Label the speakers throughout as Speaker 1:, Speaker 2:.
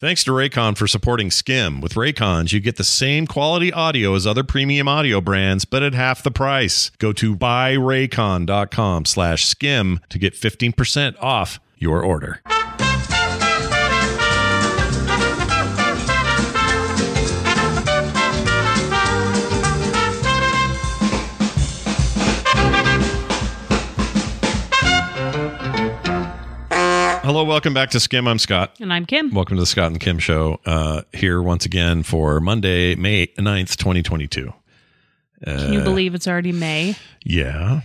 Speaker 1: Thanks to Raycon for supporting Skim. With Raycons, you get the same quality audio as other premium audio brands, but at half the price. Go to buyraycon.com slash skim to get 15% off your order. Hello, welcome back to Skim. I'm Scott.
Speaker 2: And I'm Kim.
Speaker 1: Welcome to the Scott and Kim Show. Uh, here once again for Monday, May 9th, 2022.
Speaker 2: Can
Speaker 1: Uh.
Speaker 2: you believe it's already May?
Speaker 1: Yeah.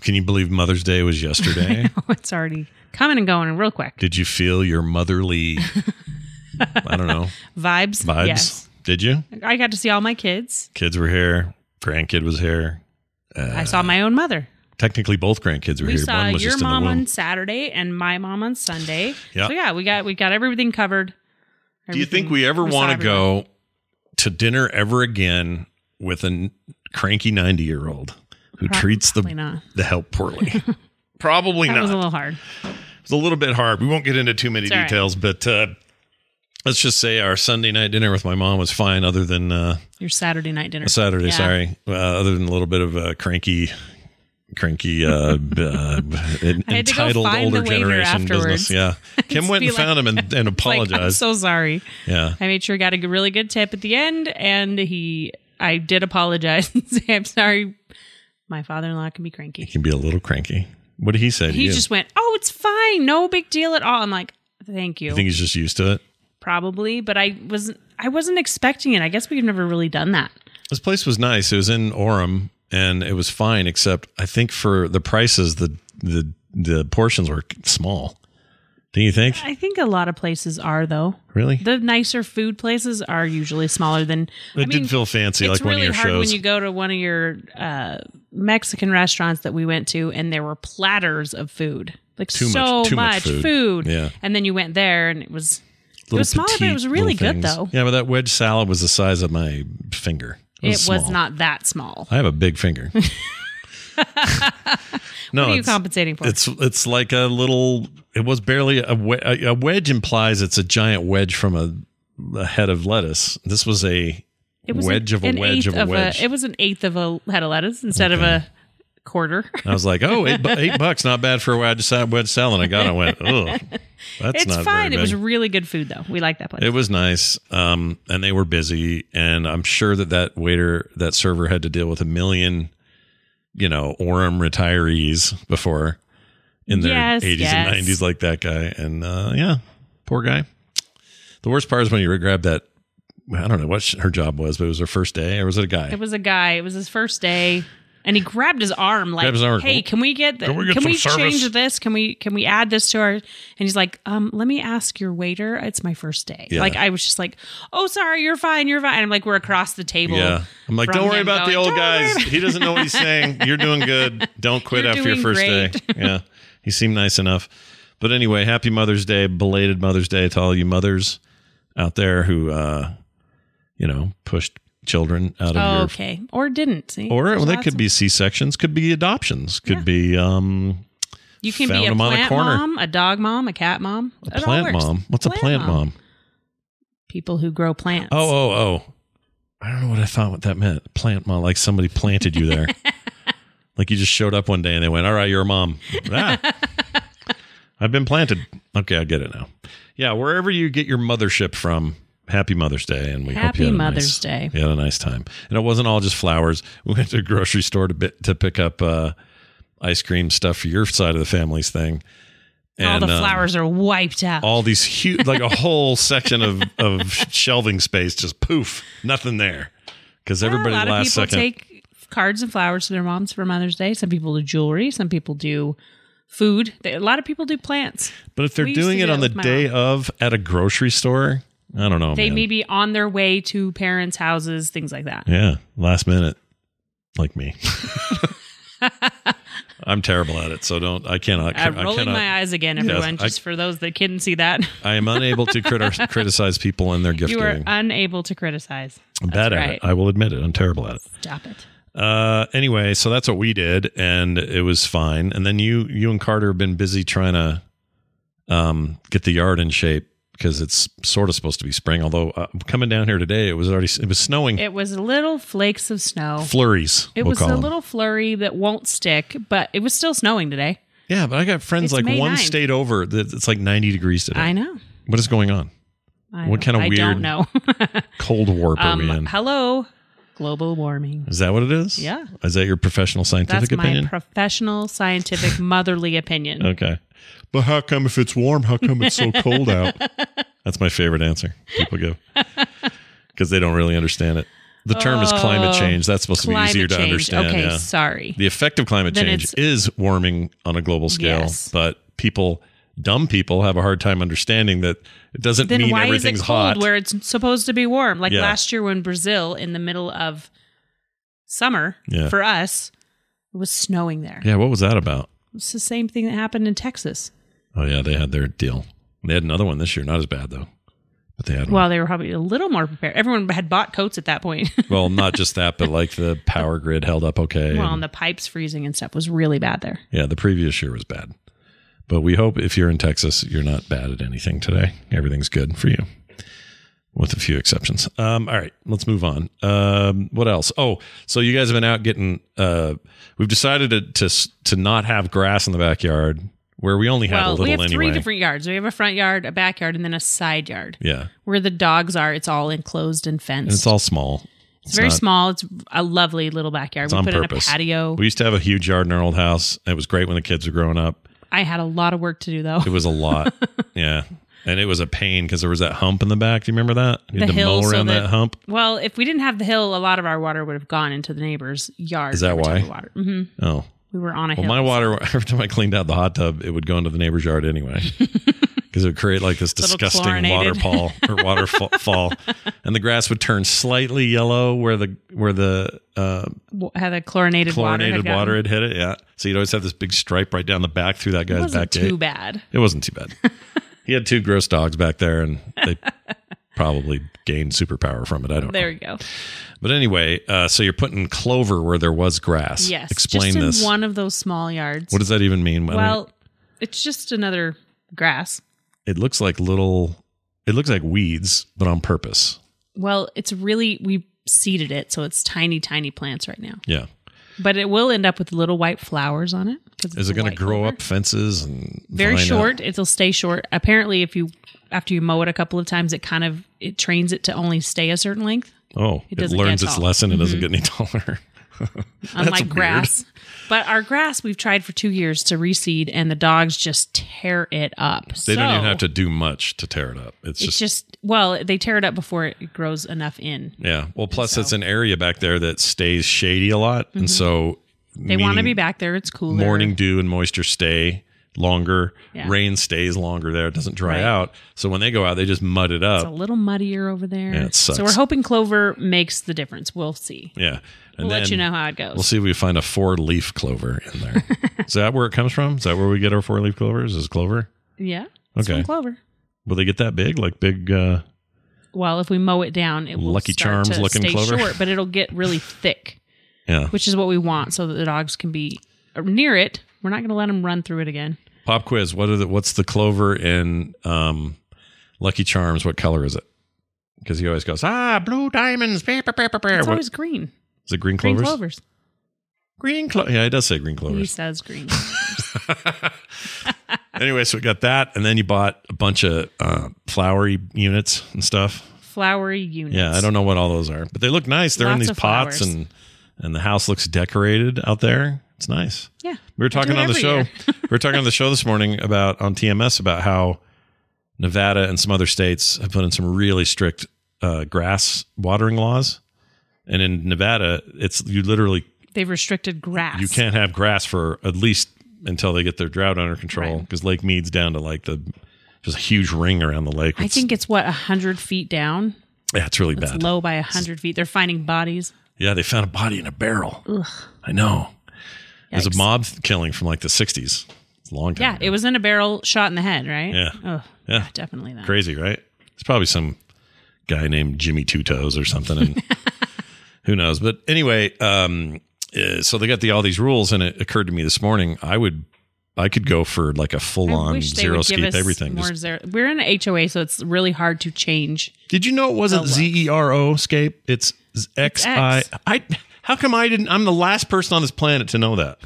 Speaker 1: Can you believe Mother's Day was yesterday?
Speaker 2: Oh, it's already coming and going real quick.
Speaker 1: Did you feel your motherly, I don't know,
Speaker 2: Vibes?
Speaker 1: vibes?
Speaker 2: Yes.
Speaker 1: Did you?
Speaker 2: I got to see all my kids.
Speaker 1: Kids were here. Grandkid was here.
Speaker 2: I saw my own mother.
Speaker 1: Technically, both grandkids were
Speaker 2: We
Speaker 1: here.
Speaker 2: saw
Speaker 1: One was
Speaker 2: your
Speaker 1: just in the
Speaker 2: mom
Speaker 1: womb.
Speaker 2: on Saturday and my mom on Sunday.
Speaker 1: Yeah.
Speaker 2: So yeah, we got we got everything covered.
Speaker 1: Do you think
Speaker 2: Everything-
Speaker 1: we ever
Speaker 2: saw
Speaker 1: want to
Speaker 2: everyone.
Speaker 1: go to dinner ever again with a n- cranky 90 year old who
Speaker 2: Pro-
Speaker 1: treats the,
Speaker 2: probably not.
Speaker 1: the help poorly? probably
Speaker 2: That
Speaker 1: not.
Speaker 2: was a little hard.
Speaker 1: It's a little bit hard. We won't get into too many
Speaker 2: It's all right.
Speaker 1: details, but uh, let's just say our Sunday night dinner with my mom was fine, other than uh,
Speaker 2: Your Saturday night dinner.
Speaker 1: Saturday.
Speaker 2: Yeah.
Speaker 1: Sorry, uh, other than a little bit of a cranky, cranky, uh, b- uh, en-
Speaker 2: I had to go
Speaker 1: entitled
Speaker 2: find
Speaker 1: older
Speaker 2: the waiter
Speaker 1: generation
Speaker 2: afterwards.
Speaker 1: business. Yeah, Kim
Speaker 2: Just
Speaker 1: went
Speaker 2: be
Speaker 1: and
Speaker 2: like-
Speaker 1: found him and, and
Speaker 2: Like, I'm
Speaker 1: apologized.
Speaker 2: so sorry.
Speaker 1: yeah,
Speaker 2: I made sure I got a g- really good tip at the end, and he, I did apologize. and say, I'm sorry. My father-in-law can be
Speaker 1: he
Speaker 2: cranky.
Speaker 1: can be a little cranky. What did he say to
Speaker 2: He
Speaker 1: you?
Speaker 2: just went, "Oh, it's fine, no big deal at all." I'm like, "Thank you."
Speaker 1: you think he's just used to it?
Speaker 2: Probably, but I wasn't. I wasn't expecting it. I guess we've never really done that.
Speaker 1: This place was nice. It was in Orem, and it was fine, except I think for the prices, the the the portions were small. Do you think?
Speaker 2: I think a lot of places are though.
Speaker 1: Really?
Speaker 2: The nicer food places are usually smaller than.
Speaker 1: it did feel fancy, like
Speaker 2: it's
Speaker 1: one
Speaker 2: really
Speaker 1: of your
Speaker 2: hard
Speaker 1: shows.
Speaker 2: when you go to one of your uh, Mexican restaurants that we went to, and there were platters of food, like
Speaker 1: Too much-
Speaker 2: so
Speaker 1: too much food. Yeah.
Speaker 2: And then you went there, and it was it
Speaker 1: Little
Speaker 2: was smaller, but
Speaker 1: petite
Speaker 2: it was really
Speaker 1: little
Speaker 2: good
Speaker 1: things.
Speaker 2: though.
Speaker 1: Yeah, but that wedge salad was the size of my finger.
Speaker 2: It was,
Speaker 1: small.
Speaker 2: not that small.
Speaker 1: I have a big finger. no,
Speaker 2: what are you
Speaker 1: Oh, it's-
Speaker 2: compensating for?
Speaker 1: It's it's like a little. It was barely a, we- a a wedge. Implies it's a giant wedge from a, a head of lettuce. This was a
Speaker 2: It was
Speaker 1: wedge of a wedge
Speaker 2: eighth
Speaker 1: of a wedge.
Speaker 2: it was an eighth of a head of lettuce instead of a quarter.
Speaker 1: I was like, oh, eight, bu- eight bucks, not bad for a wedge, sa- wedge salad. And I got it. I went, oh, that's
Speaker 2: it's
Speaker 1: not
Speaker 2: fine.
Speaker 1: Very
Speaker 2: It was
Speaker 1: big."
Speaker 2: really good food though. We like that place.
Speaker 1: It was nice. Um, and they were busy. And I'm sure that that waiter, that server had to deal with a million, you know, Orem retirees before in their
Speaker 2: Yes,
Speaker 1: 80s
Speaker 2: yes.
Speaker 1: and 90s, like that guy. And uh, yeah, poor guy. The worst part is when you grab that. I don't know what sh- her job was, but it was her first day, or was it a guy?
Speaker 2: It was a guy. It was his first day, and he grabbed his arm like,
Speaker 1: Grabbed his arm.
Speaker 2: "Hey, can we get the,
Speaker 1: Can
Speaker 2: can
Speaker 1: we
Speaker 2: we,
Speaker 1: get some service?"
Speaker 2: change this? Can we can we add this to our?" And he's like, "Um, let me ask your waiter. It's my first day.
Speaker 1: Yeah.
Speaker 2: Like I was just like, oh, sorry, you're fine, you're fine.' And I'm like, we're across the table.
Speaker 1: yeah, I'm like,
Speaker 2: from
Speaker 1: don't worry
Speaker 2: him
Speaker 1: about the
Speaker 2: going,
Speaker 1: old
Speaker 2: "Don't
Speaker 1: guys.
Speaker 2: worry
Speaker 1: He doesn't know what he's saying. You're doing good. Don't quit
Speaker 2: You're
Speaker 1: after your
Speaker 2: doing
Speaker 1: first
Speaker 2: great."
Speaker 1: day. Yeah, he seemed nice enough. But anyway, happy Mother's Day, belated Mother's Day to all you mothers out there who, uh, you know, pushed children out of
Speaker 2: Oh,
Speaker 1: your.
Speaker 2: okay. Or didn't. See?
Speaker 1: Or
Speaker 2: There's
Speaker 1: well, that
Speaker 2: lots
Speaker 1: could
Speaker 2: of-
Speaker 1: be C sections, could be adoptions, could be um,
Speaker 2: You can
Speaker 1: found
Speaker 2: be a
Speaker 1: 'em on a
Speaker 2: plant
Speaker 1: corner.
Speaker 2: mom, a dog mom, a cat mom. It
Speaker 1: a
Speaker 2: all
Speaker 1: plant
Speaker 2: works.
Speaker 1: mom. What's a plant mom?
Speaker 2: People who grow plants.
Speaker 1: Oh, oh, oh. I don't know what I thought what that meant. Plant mom, like somebody planted you there. like you just showed up one day and they went, All right, you're a mom. Ah, I've been planted. Okay, I get it now. Yeah, wherever you get your mothership from, happy Mother's Day. And we hope
Speaker 2: Happy
Speaker 1: you had a
Speaker 2: Mother's
Speaker 1: nice,
Speaker 2: Day.
Speaker 1: You had a nice time. And it wasn't all just flowers. We went to a grocery store to, bit, to pick up uh, ice cream stuff for your side of the family's thing.
Speaker 2: all the
Speaker 1: um,
Speaker 2: flowers are wiped out.
Speaker 1: all these huge like a whole section of of shelving space just poof nothing there because
Speaker 2: Yeah,
Speaker 1: everybody
Speaker 2: a lot
Speaker 1: last
Speaker 2: of people
Speaker 1: second
Speaker 2: take cards and flowers to their moms for Mother's Day. Some people do jewelry. Some people do food. They- A lot of people do plants.
Speaker 1: but if they're
Speaker 2: we used to
Speaker 1: doing
Speaker 2: do
Speaker 1: it
Speaker 2: that
Speaker 1: on the
Speaker 2: with my
Speaker 1: day
Speaker 2: mom.
Speaker 1: of at a grocery store i don't know
Speaker 2: they
Speaker 1: Oh, man.
Speaker 2: may be on their way to parents' houses, things like that.
Speaker 1: yeah last minute like me i'm terrible at it so don't i cannot
Speaker 2: I'm
Speaker 1: i
Speaker 2: Uh, rolling
Speaker 1: cannot
Speaker 2: my eyes again, everyone,
Speaker 1: Yes, I-
Speaker 2: just for those that couldn't see that.
Speaker 1: i am unable to criti- criticize people and their gift
Speaker 2: you are
Speaker 1: giving
Speaker 2: unable to criticize.
Speaker 1: i'm bad
Speaker 2: That's
Speaker 1: at
Speaker 2: right.
Speaker 1: it i will admit it i'm terrible at it
Speaker 2: Stop it.
Speaker 1: Uh, anyway, so that's what we did, and it was fine. And then you, you and Carter have been busy trying to um, get the yard in shape because it's sort of supposed to be spring. Although uh, coming down here today, it was already it was snowing
Speaker 2: It was little flakes of snow.
Speaker 1: flurries.
Speaker 2: It
Speaker 1: we'll
Speaker 2: was
Speaker 1: call
Speaker 2: a
Speaker 1: 'em.
Speaker 2: little flurry that won't stick, but it was still snowing today.
Speaker 1: yeah. But I got friends
Speaker 2: It's
Speaker 1: like
Speaker 2: May
Speaker 1: one
Speaker 2: 9th.
Speaker 1: state over that it's like ninety degrees today.
Speaker 2: I know.
Speaker 1: What is going on?
Speaker 2: I
Speaker 1: What
Speaker 2: know.
Speaker 1: kinda
Speaker 2: I
Speaker 1: weird
Speaker 2: don't know.
Speaker 1: Cold warp are we
Speaker 2: um,
Speaker 1: in?
Speaker 2: hello, global warming.
Speaker 1: is that what it is?
Speaker 2: Yeah.
Speaker 1: Is that your professional scientific
Speaker 2: That's my
Speaker 1: opinion?
Speaker 2: professional, scientific, motherly opinion.
Speaker 1: Okay. But how come if it's warm, how come it's so cold out? That's my favorite answer people give because they don't really understand it. The term is climate change. That's supposed to be
Speaker 2: Oh. Climate
Speaker 1: easier to
Speaker 2: change.
Speaker 1: understand.
Speaker 2: Okay,
Speaker 1: yeah.
Speaker 2: sorry.
Speaker 1: The effect of climate
Speaker 2: Then
Speaker 1: change
Speaker 2: it's-
Speaker 1: is warming on a global scale,
Speaker 2: Yes.
Speaker 1: but people, dumb people, have a hard time understanding that it doesn't
Speaker 2: then
Speaker 1: mean
Speaker 2: why is it
Speaker 1: everything's
Speaker 2: cold
Speaker 1: hot.
Speaker 2: where it's supposed to be warm? Like
Speaker 1: Yeah.
Speaker 2: last year when Brazil, in the middle of summer
Speaker 1: Yeah.
Speaker 2: for us, it was snowing there.
Speaker 1: yeah, what was that about?
Speaker 2: It's the same thing that happened in Texas.
Speaker 1: Oh, yeah, they had their deal. They had another one this year. Not as bad, though, but they had one.
Speaker 2: Well, they were probably a little more prepared. Everyone had bought coats at that point.
Speaker 1: well, not just that, but like the power grid held up okay.
Speaker 2: well,
Speaker 1: and-
Speaker 2: and the pipes freezing and stuff was really bad there.
Speaker 1: Yeah, the previous year was bad. But we hope if you're in Texas, you're not bad at anything today. Everything's good for you, with a few exceptions. Um, all right, let's move on. Um, what else? Oh, so you guys have been out getting. Uh, we've decided to, to s- to not have grass in the backyard where we only have a
Speaker 2: well,
Speaker 1: little
Speaker 2: we have
Speaker 1: anyway.
Speaker 2: three different yards. We have a front yard, a backyard, and then a side yard.
Speaker 1: yeah,
Speaker 2: Where the dogs are, it's all enclosed and fenced.
Speaker 1: and it's all small.
Speaker 2: It's, very
Speaker 1: not-
Speaker 2: small. It's a lovely little backyard.
Speaker 1: It's
Speaker 2: we
Speaker 1: on
Speaker 2: put
Speaker 1: purpose.
Speaker 2: in a patio.
Speaker 1: We used to have a huge yard in our old house. It was great when the kids were growing up.
Speaker 2: I had a lot of work to do though.
Speaker 1: It was a lot. yeah. And it was a pain because there was that hump in the back. Do you remember that? You had
Speaker 2: The
Speaker 1: to
Speaker 2: hill
Speaker 1: mow
Speaker 2: so
Speaker 1: around
Speaker 2: that-
Speaker 1: that hump.
Speaker 2: Well, if we didn't have the hill, a lot of our water would have gone into the neighbor's yard.
Speaker 1: Is that
Speaker 2: every time
Speaker 1: why?
Speaker 2: we watered. Mhm.
Speaker 1: Oh,
Speaker 2: We were on a
Speaker 1: Well,
Speaker 2: hill.
Speaker 1: my water every time I cleaned out the hot tub, it would go into the neighbor's yard anyway because it would create like this
Speaker 2: Little
Speaker 1: disgusting
Speaker 2: chlorinated.
Speaker 1: waterfall or waterfall, and the grass would turn slightly yellow where the where the uh,
Speaker 2: W- had a chlorinated,
Speaker 1: chlorinated
Speaker 2: water. had
Speaker 1: water
Speaker 2: gotten-
Speaker 1: had hit it. Yeah, so you'd always have this big stripe right down the back through that
Speaker 2: It
Speaker 1: guy's
Speaker 2: wasn't
Speaker 1: back gate.
Speaker 2: too bad.
Speaker 1: It wasn't too bad. he had two gross dogs back there, and they probably gained superpower from it. I don't
Speaker 2: There
Speaker 1: know.
Speaker 2: you go.
Speaker 1: But anyway, uh, so you're putting clover where there was grass.
Speaker 2: Yes.
Speaker 1: Explain
Speaker 2: just in
Speaker 1: this.
Speaker 2: one of those small yards.
Speaker 1: what does that even mean? I mean,
Speaker 2: well, it's just another grass.
Speaker 1: it looks like little it looks like weeds but on purpose
Speaker 2: Well, it's really we seeded it, so it's tiny, tiny plants right now.
Speaker 1: yeah
Speaker 2: But it will end up with little white flowers on it. 'cause
Speaker 1: is
Speaker 2: it's
Speaker 1: it
Speaker 2: a
Speaker 1: going to
Speaker 2: white
Speaker 1: grow
Speaker 2: clover.
Speaker 1: up fences and
Speaker 2: very
Speaker 1: vine up?
Speaker 2: short it'll stay short apparently if you after you mow it a couple of times it kind of it trains it to only stay a certain length
Speaker 1: oh
Speaker 2: It
Speaker 1: it,
Speaker 2: doesn't
Speaker 1: learns
Speaker 2: get
Speaker 1: its
Speaker 2: tall. Mm-hmm.
Speaker 1: lesson it doesn't get any taller
Speaker 2: unlike
Speaker 1: weird.
Speaker 2: grass but our grass we've tried for two years to reseed and the dogs just tear it up
Speaker 1: they don't even
Speaker 2: So,
Speaker 1: have to do much to tear it up it's,
Speaker 2: it's
Speaker 1: just,
Speaker 2: just, well they tear it up before it grows enough in
Speaker 1: yeah well plus it's an area back there that stays shady a lot and so
Speaker 2: Mm-hmm. they want to
Speaker 1: meaning
Speaker 2: be back there it's cooler
Speaker 1: morning dew and moisture stay longer
Speaker 2: Yeah.
Speaker 1: rain stays longer there it doesn't dry
Speaker 2: Right.
Speaker 1: out so when they go out they just mud it
Speaker 2: it's a
Speaker 1: up
Speaker 2: little muddier over there
Speaker 1: Yeah, it
Speaker 2: so
Speaker 1: sucks.
Speaker 2: we're hoping clover makes the difference we'll see
Speaker 1: yeah and
Speaker 2: we'll let you
Speaker 1: then-
Speaker 2: know how it goes
Speaker 1: We'll see if we find a four leaf clover in there. is that where it comes from? Is that where we get our four leaf clovers? Is clover?
Speaker 2: Yeah. It's
Speaker 1: Okay.
Speaker 2: from clover.
Speaker 1: Will they get that big? Like big? uh
Speaker 2: Well, if we mow it down, it will
Speaker 1: Lucky
Speaker 2: start
Speaker 1: Charms
Speaker 2: to
Speaker 1: looking
Speaker 2: stay
Speaker 1: clover.
Speaker 2: short, but it'll get really thick,
Speaker 1: Yeah.
Speaker 2: which is what we want, so that the dogs can be near it. We're not going to let them run through it again.
Speaker 1: Pop quiz. What are the? What's the clover in um, Lucky Charms? What color is it? Because he always goes ah blue diamonds. Bah, bah, bah, bah, bah."
Speaker 2: It's
Speaker 1: What-
Speaker 2: always green.
Speaker 1: is it green
Speaker 2: Green
Speaker 1: clovers?
Speaker 2: clovers.
Speaker 1: Green clover. Yeah, it does say green
Speaker 2: He
Speaker 1: clovers.
Speaker 2: says green.
Speaker 1: anyway, so we got that, and then you bought a bunch of uh, flowery units and stuff.
Speaker 2: Flowery units.
Speaker 1: Yeah, I don't know what all those are, but they look nice. They're in
Speaker 2: Lots
Speaker 1: these
Speaker 2: of
Speaker 1: pots,
Speaker 2: flowers.
Speaker 1: and and the house looks decorated out there. It's nice.
Speaker 2: Yeah.
Speaker 1: We were
Speaker 2: I do
Speaker 1: talking
Speaker 2: it
Speaker 1: on the
Speaker 2: every
Speaker 1: show.
Speaker 2: year.
Speaker 1: we were talking on the show this morning about on TMS about how Nevada and some other states have put in some really strict uh, grass watering laws, and in Nevada, it's you literally
Speaker 2: They've restricted grass.
Speaker 1: you can't have grass for at least until they get their drought under control
Speaker 2: Right.
Speaker 1: because Lake Mead's down to like the there's a huge ring around the lake.
Speaker 2: I
Speaker 1: It's-
Speaker 2: think it's what a hundred feet down.
Speaker 1: yeah, it's really
Speaker 2: It's
Speaker 1: bad.
Speaker 2: low by a hundred feet. They're finding bodies.
Speaker 1: Yeah, they found a body in a barrel. I know. It was a
Speaker 2: Yikes.
Speaker 1: mob killing from like the 60s. It's a long time.
Speaker 2: Yeah,
Speaker 1: ago.
Speaker 2: it was in a barrel, shot in the head, right?
Speaker 1: Yeah.
Speaker 2: Oh,
Speaker 1: Yeah.
Speaker 2: definitely that.
Speaker 1: crazy, right? It's probably some guy named Jimmy Two Toes or something, and who knows. But anyway, um, uh, so they got the all these rules, and it occurred to me this morning I would, I could go for like a full
Speaker 2: I
Speaker 1: on
Speaker 2: wish they
Speaker 1: zero
Speaker 2: would give
Speaker 1: scape
Speaker 2: us
Speaker 1: everything.
Speaker 2: More
Speaker 1: Just-
Speaker 2: zero. We're in an HOA, so it's really hard to change.
Speaker 1: did you know it wasn't
Speaker 2: Zero.
Speaker 1: Z E R O scape? It's X I.
Speaker 2: X.
Speaker 1: I. How come I didn't? I'm the last person on this planet to know that.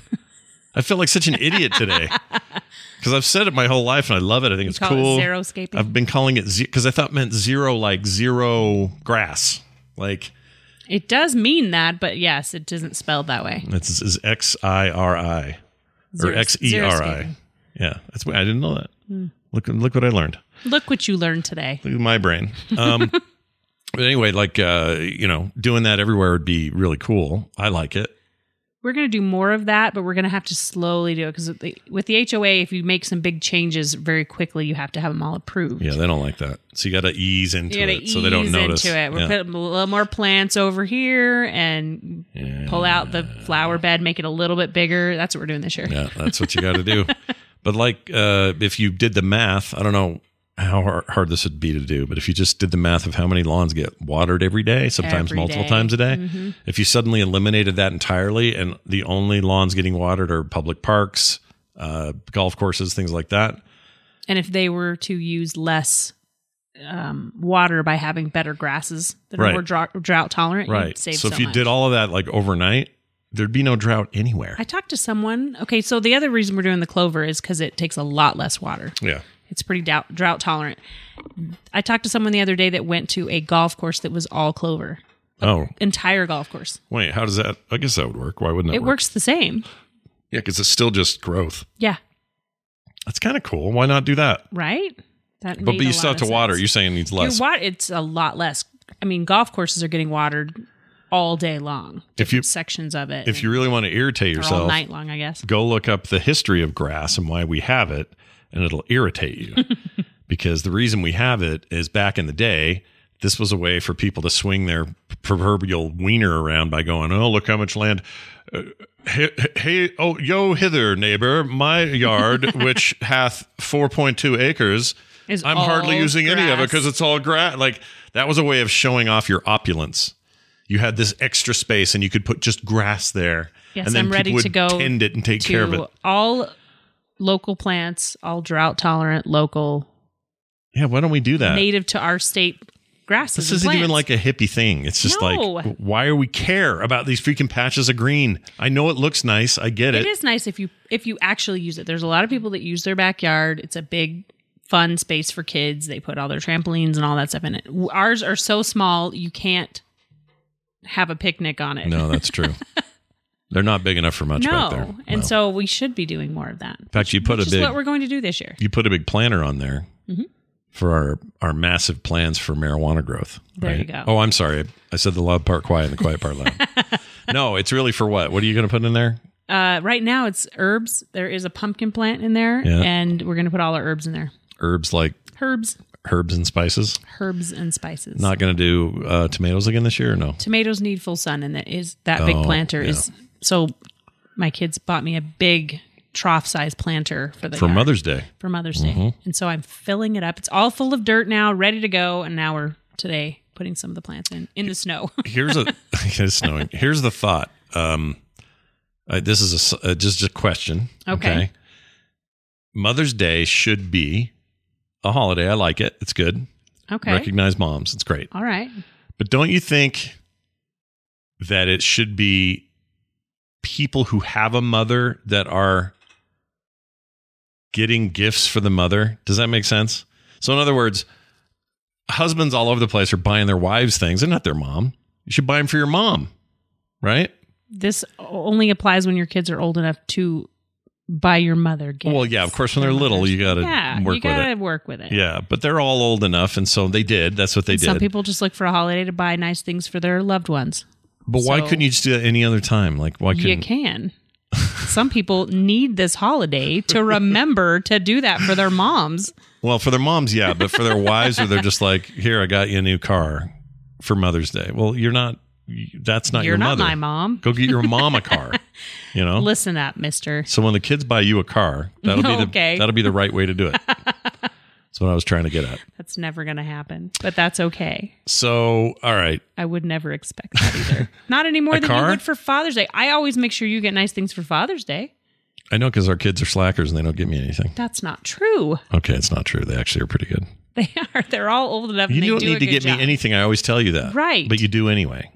Speaker 1: I feel like such an idiot today because I've said it my whole life and I love it. I think it's
Speaker 2: call it
Speaker 1: cool.
Speaker 2: zero scaping?
Speaker 1: I've been calling it because I thought it meant zero, like zero grass. Like
Speaker 2: It does mean that, but yes, it doesn't spell that way.
Speaker 1: it's, it's X I R I or
Speaker 2: Zero- Hmm.
Speaker 1: X E R
Speaker 2: zero
Speaker 1: I.
Speaker 2: scaping.
Speaker 1: Yeah, that's what I didn't know that. Look, look what I learned.
Speaker 2: Look what you learned today.
Speaker 1: Look at my brain. Um, but anyway, like uh, you know, doing that everywhere would be really cool. I like it.
Speaker 2: We're going to do more of that, but we're going to have to slowly do it because with the, with the HOA, if you make some big changes very quickly, you have to have them all approved.
Speaker 1: Yeah, they don't like that. So you got to ease into
Speaker 2: you gotta
Speaker 1: it so they don't
Speaker 2: ease
Speaker 1: notice.
Speaker 2: into it. We're
Speaker 1: Yeah.
Speaker 2: putting a little more plants over here and pull out the flower bed, make it a little bit bigger. That's what we're doing this year.
Speaker 1: Yeah, that's what you got to do. But like, uh, if you did the math, I don't know how har- hard this would be to do, but if you just did the math of how many lawns get watered every day, sometimes
Speaker 2: Every
Speaker 1: multiple
Speaker 2: day. Mm-hmm.
Speaker 1: times a day, if you suddenly eliminated that entirely and the only lawns getting watered are public parks, uh, golf courses, things like that,
Speaker 2: And if they were to use less um, water by having better grasses that are
Speaker 1: Right.
Speaker 2: more drought, drought tolerant, you'd
Speaker 1: right?
Speaker 2: save
Speaker 1: So
Speaker 2: so,
Speaker 1: if you
Speaker 2: much.
Speaker 1: did all of that like overnight, there'd be no drought anywhere.
Speaker 2: I talked to someone. Okay, so the other reason we're doing the clover is because it takes a lot less water.
Speaker 1: yeah.
Speaker 2: It's pretty drought, drought tolerant. I talked to someone the other day that went to a golf course that was all clover,
Speaker 1: Oh,
Speaker 2: entire golf course.
Speaker 1: wait, how does that? I guess that would work. Why wouldn't it,
Speaker 2: it
Speaker 1: work?
Speaker 2: works the same.
Speaker 1: Yeah, because it's still just growth.
Speaker 2: Yeah,
Speaker 1: That's kind of cool. Why not do that?
Speaker 2: right? That
Speaker 1: But,
Speaker 2: made
Speaker 1: but
Speaker 2: a
Speaker 1: you still have
Speaker 2: lot
Speaker 1: to
Speaker 2: of
Speaker 1: water.
Speaker 2: sense.
Speaker 1: You're saying it needs less.
Speaker 2: You wa- it's a lot less. I mean, golf courses are getting watered all day long.
Speaker 1: If you-
Speaker 2: different sections of it,
Speaker 1: if you really want to irritate
Speaker 2: or all
Speaker 1: yourself,
Speaker 2: night long, I guess.
Speaker 1: go look up the history of grass and why we have it, and it'll irritate you. because the reason we have it is back in the day, this was a way for people to swing their proverbial wiener around by going, "Oh, look how much land." uh, Hey, hey, oh, yo, hither, neighbor! My yard, which hath four point two acres,
Speaker 2: Is
Speaker 1: I'm hardly
Speaker 2: all
Speaker 1: using any of it
Speaker 2: grass.
Speaker 1: because it's all grass. Like that was a way of showing off your opulence. You had this extra space, and you could put just grass there.
Speaker 2: Yes,
Speaker 1: and then
Speaker 2: I'm
Speaker 1: people
Speaker 2: ready
Speaker 1: would
Speaker 2: to go
Speaker 1: tend it and take care of
Speaker 2: to
Speaker 1: it.
Speaker 2: All local plants, all drought tolerant, local,
Speaker 1: Yeah, why don't we do that?
Speaker 2: native to our state grasses.
Speaker 1: this isn't
Speaker 2: and
Speaker 1: even
Speaker 2: plants.
Speaker 1: like a hippie thing. It's just
Speaker 2: No.
Speaker 1: like, why are we care about these freaking patches of green? I know it looks nice. I get it.
Speaker 2: It is nice if you if you actually use it. There's a lot of people that use their backyard. It's a big fun space for kids. They put all their trampolines and all that stuff in it. W- Ours are so small you can't have a picnic on it.
Speaker 1: No, that's true. They're not big enough for much
Speaker 2: no.
Speaker 1: back there.
Speaker 2: And
Speaker 1: No.
Speaker 2: so we should be doing more of that.
Speaker 1: in fact, you put a
Speaker 2: Which is
Speaker 1: big
Speaker 2: what we're going to do this year.
Speaker 1: you put a big planter on there
Speaker 2: Mm-hmm.
Speaker 1: for our our massive plans for marijuana growth.
Speaker 2: There you
Speaker 1: right?
Speaker 2: go.
Speaker 1: Oh, I'm sorry. I said the loud part quiet and the quiet part loud. no, it's really for what? What are you going to put in there?
Speaker 2: Uh, right now it's herbs. There is a pumpkin plant in there,
Speaker 1: Yeah.
Speaker 2: and we're going to put all our herbs in there.
Speaker 1: Herbs like
Speaker 2: Herbs,
Speaker 1: herbs and spices.
Speaker 2: herbs, and spices.
Speaker 1: Not going to do uh, tomatoes again this year or no?
Speaker 2: tomatoes need full sun and that is that big
Speaker 1: Oh,
Speaker 2: planter
Speaker 1: yeah.
Speaker 2: is so my kids bought me a big trough size planter for the
Speaker 1: for
Speaker 2: yard,
Speaker 1: Mother's Day.
Speaker 2: for Mother's Day.
Speaker 1: Mhm.
Speaker 2: And so I'm filling it up. It's all full of dirt now, ready to go. And now we're today putting some of the plants in in the snow.
Speaker 1: Here's a it's snowing. Here's the thought. Um, uh, this is a s- uh, just a question.
Speaker 2: Okay.
Speaker 1: Mother's Day should be a holiday. I like it. It's good.
Speaker 2: okay.
Speaker 1: Recognize moms. It's great.
Speaker 2: all right.
Speaker 1: But don't you think that it should be people who have a mother that are getting gifts for the mother? Does that make sense? So, in other words, husbands all over the place are buying their wives things and not their mom. You should buy them for your mom, right?
Speaker 2: This o- only applies when your kids are old enough to buy your mother gifts.
Speaker 1: Well, yeah, of course, when they're
Speaker 2: Their
Speaker 1: little,
Speaker 2: mothers.
Speaker 1: you got to
Speaker 2: yeah,
Speaker 1: work
Speaker 2: you gotta
Speaker 1: with it.
Speaker 2: work with it.
Speaker 1: Yeah, but they're all old enough, and so they did. That's what they
Speaker 2: And
Speaker 1: did.
Speaker 2: Some people just look for a holiday to buy nice things for their loved ones.
Speaker 1: but why
Speaker 2: so-
Speaker 1: couldn't you just do that any other time? Like, why
Speaker 2: you
Speaker 1: couldn't
Speaker 2: can. Some people need this holiday to remember to do that for their moms.
Speaker 1: Well, for their moms, yeah, but for their wives, or they're just like, "Here, I got you a new car for Mother's Day." Well, you're not. That's not
Speaker 2: You're
Speaker 1: your
Speaker 2: not
Speaker 1: mother.
Speaker 2: my mom.
Speaker 1: Go get your mom a car. You know.
Speaker 2: Listen up, mister.
Speaker 1: So when the kids buy you a car, that'll be the
Speaker 2: Okay.
Speaker 1: that'll be the right way to do it. that's what I was trying to get at.
Speaker 2: That's never going to happen, but that's okay.
Speaker 1: So, all right,
Speaker 2: I would never expect that either. Not any more
Speaker 1: A
Speaker 2: than
Speaker 1: car?
Speaker 2: you would for Father's Day. I always make sure you get nice things for Father's Day.
Speaker 1: I know because our kids are slackers and they don't get me anything.
Speaker 2: That's not true.
Speaker 1: Okay, it's not true. They actually are pretty good.
Speaker 2: They are. They're all old enough.
Speaker 1: you
Speaker 2: and they
Speaker 1: don't
Speaker 2: do a
Speaker 1: need to
Speaker 2: good
Speaker 1: get
Speaker 2: job.
Speaker 1: me anything. I always tell you that,
Speaker 2: Right.
Speaker 1: But you do anyway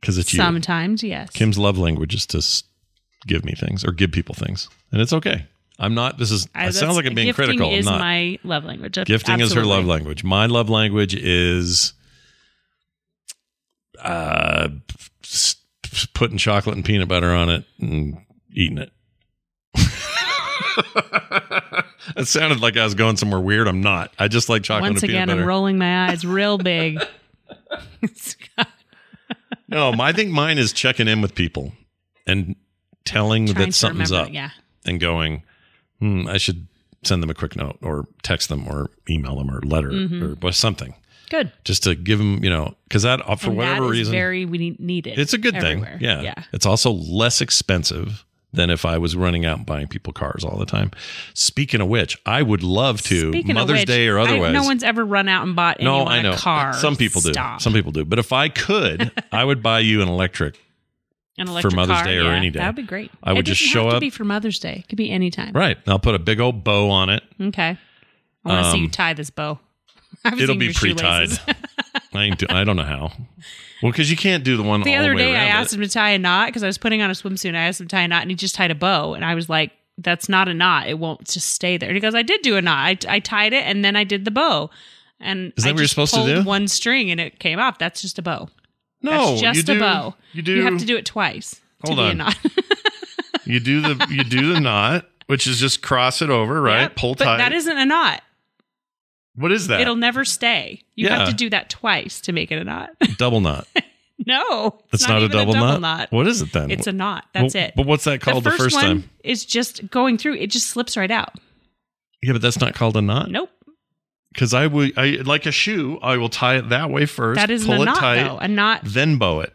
Speaker 1: because it's you.
Speaker 2: Sometimes, yes.
Speaker 1: Kim's love language is to s- give me things or give people things, and it's okay. I'm not. This is.
Speaker 2: I-
Speaker 1: it sounds
Speaker 2: that's-
Speaker 1: like I'm being
Speaker 2: gifting
Speaker 1: critical. I'm
Speaker 2: Is
Speaker 1: not.
Speaker 2: my love language.
Speaker 1: gifting is her love
Speaker 2: Absolutely.
Speaker 1: language. My love language is uh, s- s- putting chocolate and peanut butter on it and eating it. it sounded like I was going somewhere weird. I'm not. I just like chocolate
Speaker 2: Once
Speaker 1: and
Speaker 2: again,
Speaker 1: peanut butter.
Speaker 2: I'm rolling my eyes real big. Scott,
Speaker 1: no, my, I think mine is checking in with people and telling
Speaker 2: trying
Speaker 1: that
Speaker 2: to
Speaker 1: something's
Speaker 2: remember.
Speaker 1: up.
Speaker 2: Yeah.
Speaker 1: and going, hmm, I should send them a quick note or text them or email them or letter
Speaker 2: Mm-hmm.
Speaker 1: or or something
Speaker 2: Good.
Speaker 1: just to give them, you know, because that uh, for
Speaker 2: And
Speaker 1: whatever
Speaker 2: that is
Speaker 1: reason,
Speaker 2: very we need, needed.
Speaker 1: it's a good
Speaker 2: everywhere.
Speaker 1: thing. Yeah.
Speaker 2: Yeah.
Speaker 1: It's also less expensive than if I was running out and buying people cars all the time. Speaking of which, I would love to
Speaker 2: Speaking of
Speaker 1: Mother's
Speaker 2: which,
Speaker 1: Day or
Speaker 2: I-
Speaker 1: otherwise.
Speaker 2: no one's ever run out and bought anyone
Speaker 1: I know.
Speaker 2: a car.
Speaker 1: Some people
Speaker 2: Stop.
Speaker 1: do. Some people do. But if I could, I would buy you an electric.
Speaker 2: An
Speaker 1: for
Speaker 2: electric
Speaker 1: Mother's
Speaker 2: car,
Speaker 1: Day or
Speaker 2: yeah,
Speaker 1: any day.
Speaker 2: That would be great.
Speaker 1: I would
Speaker 2: it
Speaker 1: just
Speaker 2: doesn't
Speaker 1: show
Speaker 2: have
Speaker 1: up-
Speaker 2: To be for Mother's Day. It could be any time.
Speaker 1: Right. And I'll put a big old bow on it.
Speaker 2: Okay. I want to see you
Speaker 1: Um,
Speaker 2: tie this bow. I've
Speaker 1: It'll
Speaker 2: seen
Speaker 1: be
Speaker 2: your
Speaker 1: pre-tied.
Speaker 2: shoelaces.
Speaker 1: I ain't do, I don't know how. Well, because you can't do the one
Speaker 2: the
Speaker 1: all
Speaker 2: other
Speaker 1: way
Speaker 2: day, I
Speaker 1: around
Speaker 2: asked
Speaker 1: it.
Speaker 2: him to tie a knot because I was putting on a swimsuit. And I asked him to tie a knot, and he just tied a bow. And I was like, "That's not a knot. It won't just stay there." And he goes, "I did do a knot. I, I tied it, and then I did the bow." And
Speaker 1: Is that
Speaker 2: I
Speaker 1: what you're
Speaker 2: just
Speaker 1: supposed to
Speaker 2: pulled
Speaker 1: do?
Speaker 2: One string, and it came off. That's just a bow.
Speaker 1: No,
Speaker 2: That's just
Speaker 1: you do,
Speaker 2: a bow.
Speaker 1: You do.
Speaker 2: You have to do it twice
Speaker 1: Hold
Speaker 2: to be
Speaker 1: on.
Speaker 2: a knot.
Speaker 1: You do the you do the knot, which is just cross it over, right?
Speaker 2: Yep.
Speaker 1: Pull
Speaker 2: but
Speaker 1: tight.
Speaker 2: That isn't a knot.
Speaker 1: what is that?
Speaker 2: It'll never stay. You
Speaker 1: Yeah.
Speaker 2: have to do that twice to make it a knot.
Speaker 1: double knot.
Speaker 2: no,
Speaker 1: That's not, a,
Speaker 2: even
Speaker 1: double knot. What is it then?
Speaker 2: It's a knot. That's
Speaker 1: Well,
Speaker 2: it.
Speaker 1: But what's that called the first,
Speaker 2: one
Speaker 1: time?
Speaker 2: is just going through. It just slips right out.
Speaker 1: Yeah, but that's not called a knot.
Speaker 2: Nope.
Speaker 1: Because I would I like a shoe. I will tie it that way first.
Speaker 2: That isn't
Speaker 1: pull
Speaker 2: a
Speaker 1: it
Speaker 2: knot
Speaker 1: tight,
Speaker 2: though. A knot.
Speaker 1: then bow it.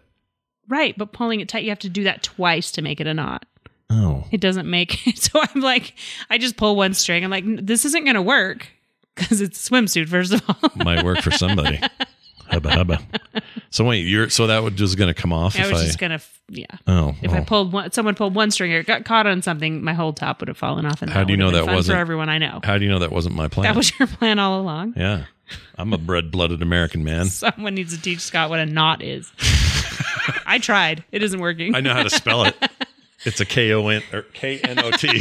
Speaker 2: Right, but pulling it tight, you have to do that twice to make it a knot.
Speaker 1: Oh,
Speaker 2: It doesn't make it. So I'm like, I just pull one string. I'm like, this isn't going to work because it's a swimsuit, first of all.
Speaker 1: might work for somebody. hubba hubba. So wait, you're so that would just going to come off
Speaker 2: I
Speaker 1: if
Speaker 2: was
Speaker 1: I.
Speaker 2: just going to, yeah.
Speaker 1: oh,
Speaker 2: If I
Speaker 1: well.
Speaker 2: pulled one, someone pulled one string or it got caught on something, my whole top would have fallen off. And
Speaker 1: How do you
Speaker 2: would have
Speaker 1: know
Speaker 2: been
Speaker 1: that
Speaker 2: fun
Speaker 1: wasn't-
Speaker 2: for everyone I know?
Speaker 1: How do you know that wasn't my plan?
Speaker 2: That was your plan all along.
Speaker 1: Yeah. I'm a bread blooded American man.
Speaker 2: Someone needs to teach Scott what a knot is. I tried. It isn't working.
Speaker 1: I know how to spell it. It's a K O N or K N O T.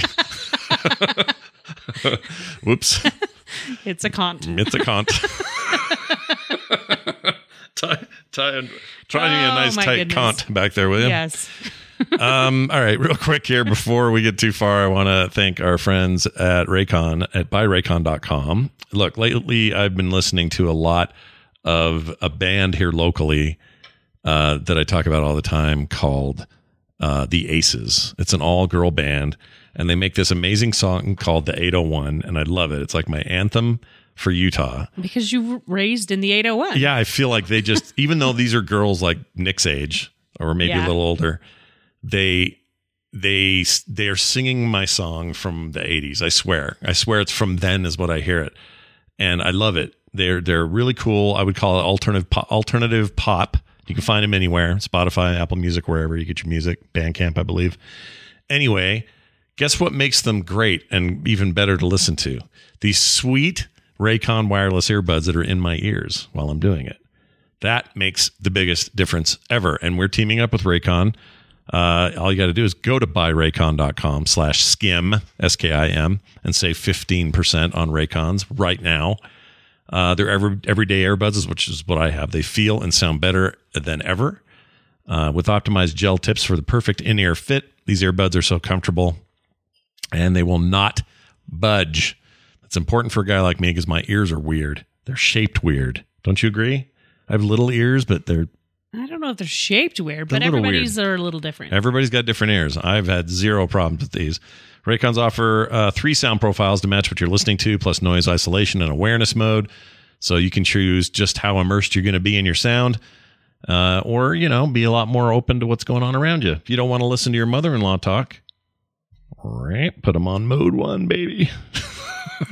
Speaker 1: Whoops.
Speaker 2: It's a cont.
Speaker 1: It's a cont. tie, tie, and- try to get a
Speaker 2: Oh,
Speaker 1: nice
Speaker 2: my
Speaker 1: tight
Speaker 2: goodness.
Speaker 1: cont back there, will you?
Speaker 2: Yes.
Speaker 1: um, all right, real quick here before we get too far, I want to thank our friends at Raycon at buyraycon.com. Look, lately I've been listening to a lot of a band here locally uh, that I talk about all the time called uh, The Aces. It's an all girl band, and they make this amazing song called The 801, and I love it. It's like my anthem for Utah.
Speaker 2: Because you were raised in the 801.
Speaker 1: Yeah, I feel like they just, even though these are girls like Nick's age or maybe a
Speaker 2: Yeah.
Speaker 1: little older, they they s- they're singing my song from the 80s i swear i swear it's from then is what i hear it and i love it they're they're really cool i would call it alternative pop, alternative pop you can find them anywhere spotify apple music wherever you get your music bandcamp i believe anyway guess what makes them great and even better to listen to these sweet raycon wireless earbuds that are in my ears while i'm doing it that makes the biggest difference ever. And we're teaming up with Raycon. Uh, all you got to do is go to buyraycon.com slash skim, S-K-I-M, and save 15% on Raycons right now. Uh, they're every, everyday earbuds, which is what I have. They feel and sound better than ever. Uh, with optimized gel tips for the perfect in-ear fit, these earbuds are so comfortable and they will not budge. That's important for a guy like me because my ears are weird. They're shaped weird. Don't you agree? I have little ears, but they're
Speaker 2: I don't know if they're shaped weird,
Speaker 1: They're
Speaker 2: but
Speaker 1: a little
Speaker 2: everybody's are a little different.
Speaker 1: Everybody's got different ears. I've had zero problems with these. Raycons offer uh, three sound profiles to match what you're listening to, plus noise isolation and awareness mode. So you can choose just how immersed you're going to be in your sound, uh, or you know, be a lot more open to what's going on around you. If you don't want to listen to your mother-in-law talk, right? Put them on mode one, baby.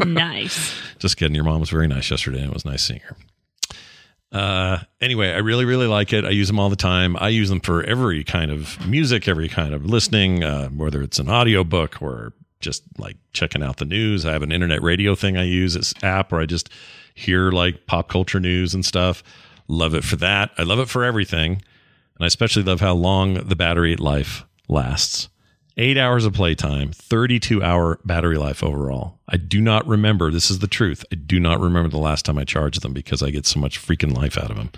Speaker 2: nice.
Speaker 1: Just kidding. Your mom was very nice yesterday, and it was nice seeing her. Uh, anyway, I really, really like it. I use them all the time. I use them for every kind of music, every kind of listening, uh, whether it's an audiobook or just like checking out the news. I have an internet radio thing I use. It's app where I just hear like pop culture news and stuff. Love it for that. I love it for everything. And I especially love how long the battery life lasts. Eight hours of playtime, 32 hour battery life overall. I do not remember, this is the truth. I do not remember the last time I charged them because I get so much freaking life out of them.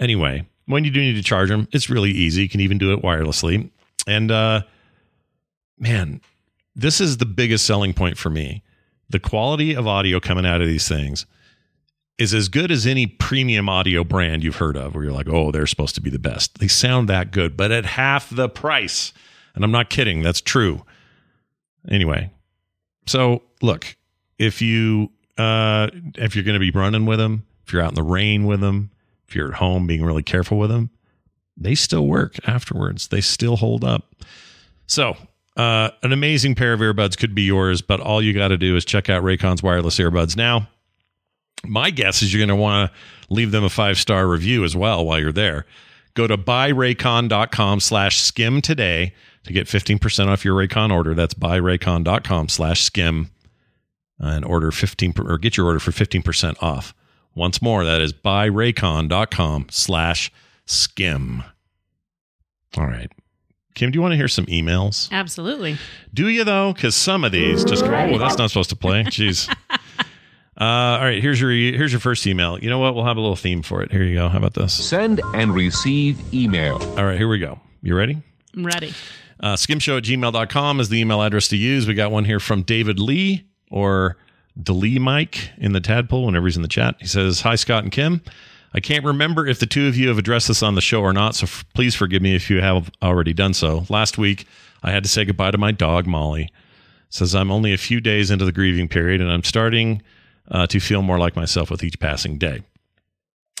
Speaker 1: Anyway, when you do need to charge them, it's really easy. You can even do it wirelessly. And uh, man, this is the biggest selling point for me. The quality of audio coming out of these things is as good as any premium audio brand you've heard of where you're like, oh, they're supposed to be the best. They sound that good, but at half the price. And I'm not kidding, that's true. Anyway, so look, if you uh if you're gonna be running with them, if you're out in the rain with them, if you're at home being really careful with them, they still work afterwards. They still hold up. So, uh, an amazing pair of earbuds could be yours, but all you got to do is check out Raycon's wireless earbuds now. My guess is you're going to want to leave them a five star review as well while you're there. Go to buyraycon.com slash skim today to get 15% off your Raycon order. That's buyraycon.com slash skim and order 15 per- or get your order for 15% off. Once more, that is buyraycon.com slash skim. All right. Kim, do you want to hear some emails?
Speaker 2: Absolutely.
Speaker 1: Do you though? Because some of these just oh, that's not supposed to play. Jeez. Uh, all right, here's your e, here's your first email. You know what? We'll have a little theme for it. Here you go. How about this?
Speaker 3: Send and receive email.
Speaker 1: All right, here we go. You ready?
Speaker 2: I'm ready.
Speaker 1: Uh, skimshow at gmail.com is the email address to use. We got one here from David Lee or Delee Mike in the tadpole whenever he's in the chat. He says, Hi, Scott and Kim. I can't remember if the two of you have addressed this on the show or not, so f- please forgive me if you have already done so. Last week, I had to say goodbye to my dog, Molly. Says, I'm only a few days into the grieving period and I'm starting uh, to feel more like myself with each passing day.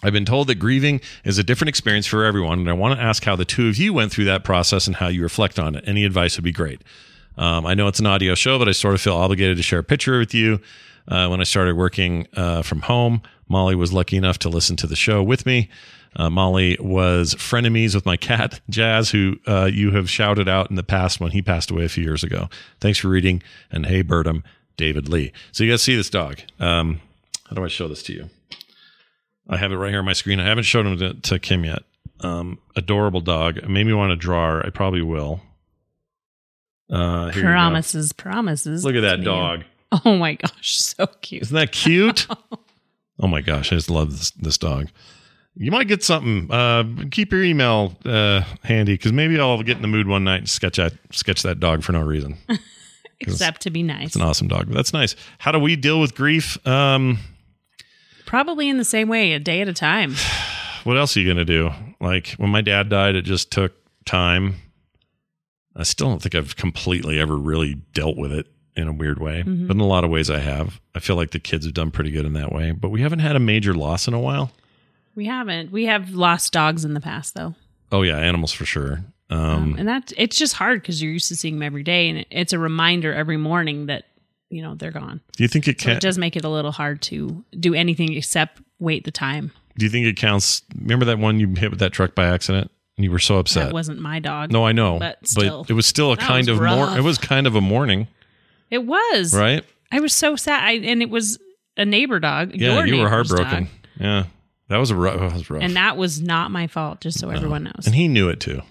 Speaker 1: I've been told that grieving is a different experience for everyone, and I want to ask how the two of you went through that process and how you reflect on it. Any advice would be great. Um, I know it's an audio show, but I sort of feel obligated to share a picture with you. Uh, when I started working uh, from home, Molly was lucky enough to listen to the show with me. Uh, Molly was frenemies with my cat, Jazz, who uh, you have shouted out in the past when he passed away a few years ago. Thanks for reading, and hey, Birdum, David Lee. So you guys see this dog. Um, how do I show this to you? I have it right here on my screen. I haven't shown him to, to Kim yet. Um, adorable dog. It made me want to draw her. I probably will. Uh, here you go.
Speaker 2: Promises, promises.
Speaker 1: Look at
Speaker 2: That's
Speaker 1: that
Speaker 2: me.
Speaker 1: dog.
Speaker 2: Oh my gosh, so cute.
Speaker 1: Isn't that cute? oh my gosh, I just love this, this dog. You might get something. Uh, keep your email uh, handy because maybe I'll get in the mood one night and sketch that sketch that dog for no reason.
Speaker 2: Except to be nice.
Speaker 1: It's an awesome dog. That's nice. How do we deal with grief? Um,
Speaker 2: Probably in the same way, a day at a time.
Speaker 1: what else are you gonna do? Like when my dad died, it just took time. I still don't think I've completely ever really dealt with it in a weird way,
Speaker 2: Mm-hmm.
Speaker 1: but in a lot of ways I have. I feel like the kids have done pretty good in that way, but we haven't had a major loss in a while.
Speaker 2: We haven't. We have lost dogs in the past, though.
Speaker 1: Oh yeah, animals for sure.
Speaker 2: Um,
Speaker 1: Um,
Speaker 2: and that it's just hard because you're used to seeing them every day, and it, it's a reminder every morning that you know they're gone.
Speaker 1: do you think it
Speaker 2: So
Speaker 1: can?
Speaker 2: it does make it a little hard to do anything except wait the time.
Speaker 1: do you think it counts? Remember that one you hit with that truck by accident, and you were so
Speaker 2: That
Speaker 1: upset.
Speaker 2: wasn't my dog.
Speaker 1: no, I know,
Speaker 2: but
Speaker 1: but,
Speaker 2: still.
Speaker 1: it was still a
Speaker 2: That
Speaker 1: kind of
Speaker 2: was
Speaker 1: more.
Speaker 2: rough.
Speaker 1: It was kind of a morning,
Speaker 2: it was
Speaker 1: right?
Speaker 2: I was so sad, I, and it was a neighbor dog.
Speaker 1: Yeah,
Speaker 2: your
Speaker 1: you were
Speaker 2: neighbor's
Speaker 1: heartbroken.
Speaker 2: dog.
Speaker 1: Yeah, that was a rough. That was rough.
Speaker 2: and that was not my fault. Just so everyone knows.
Speaker 1: and he knew it too.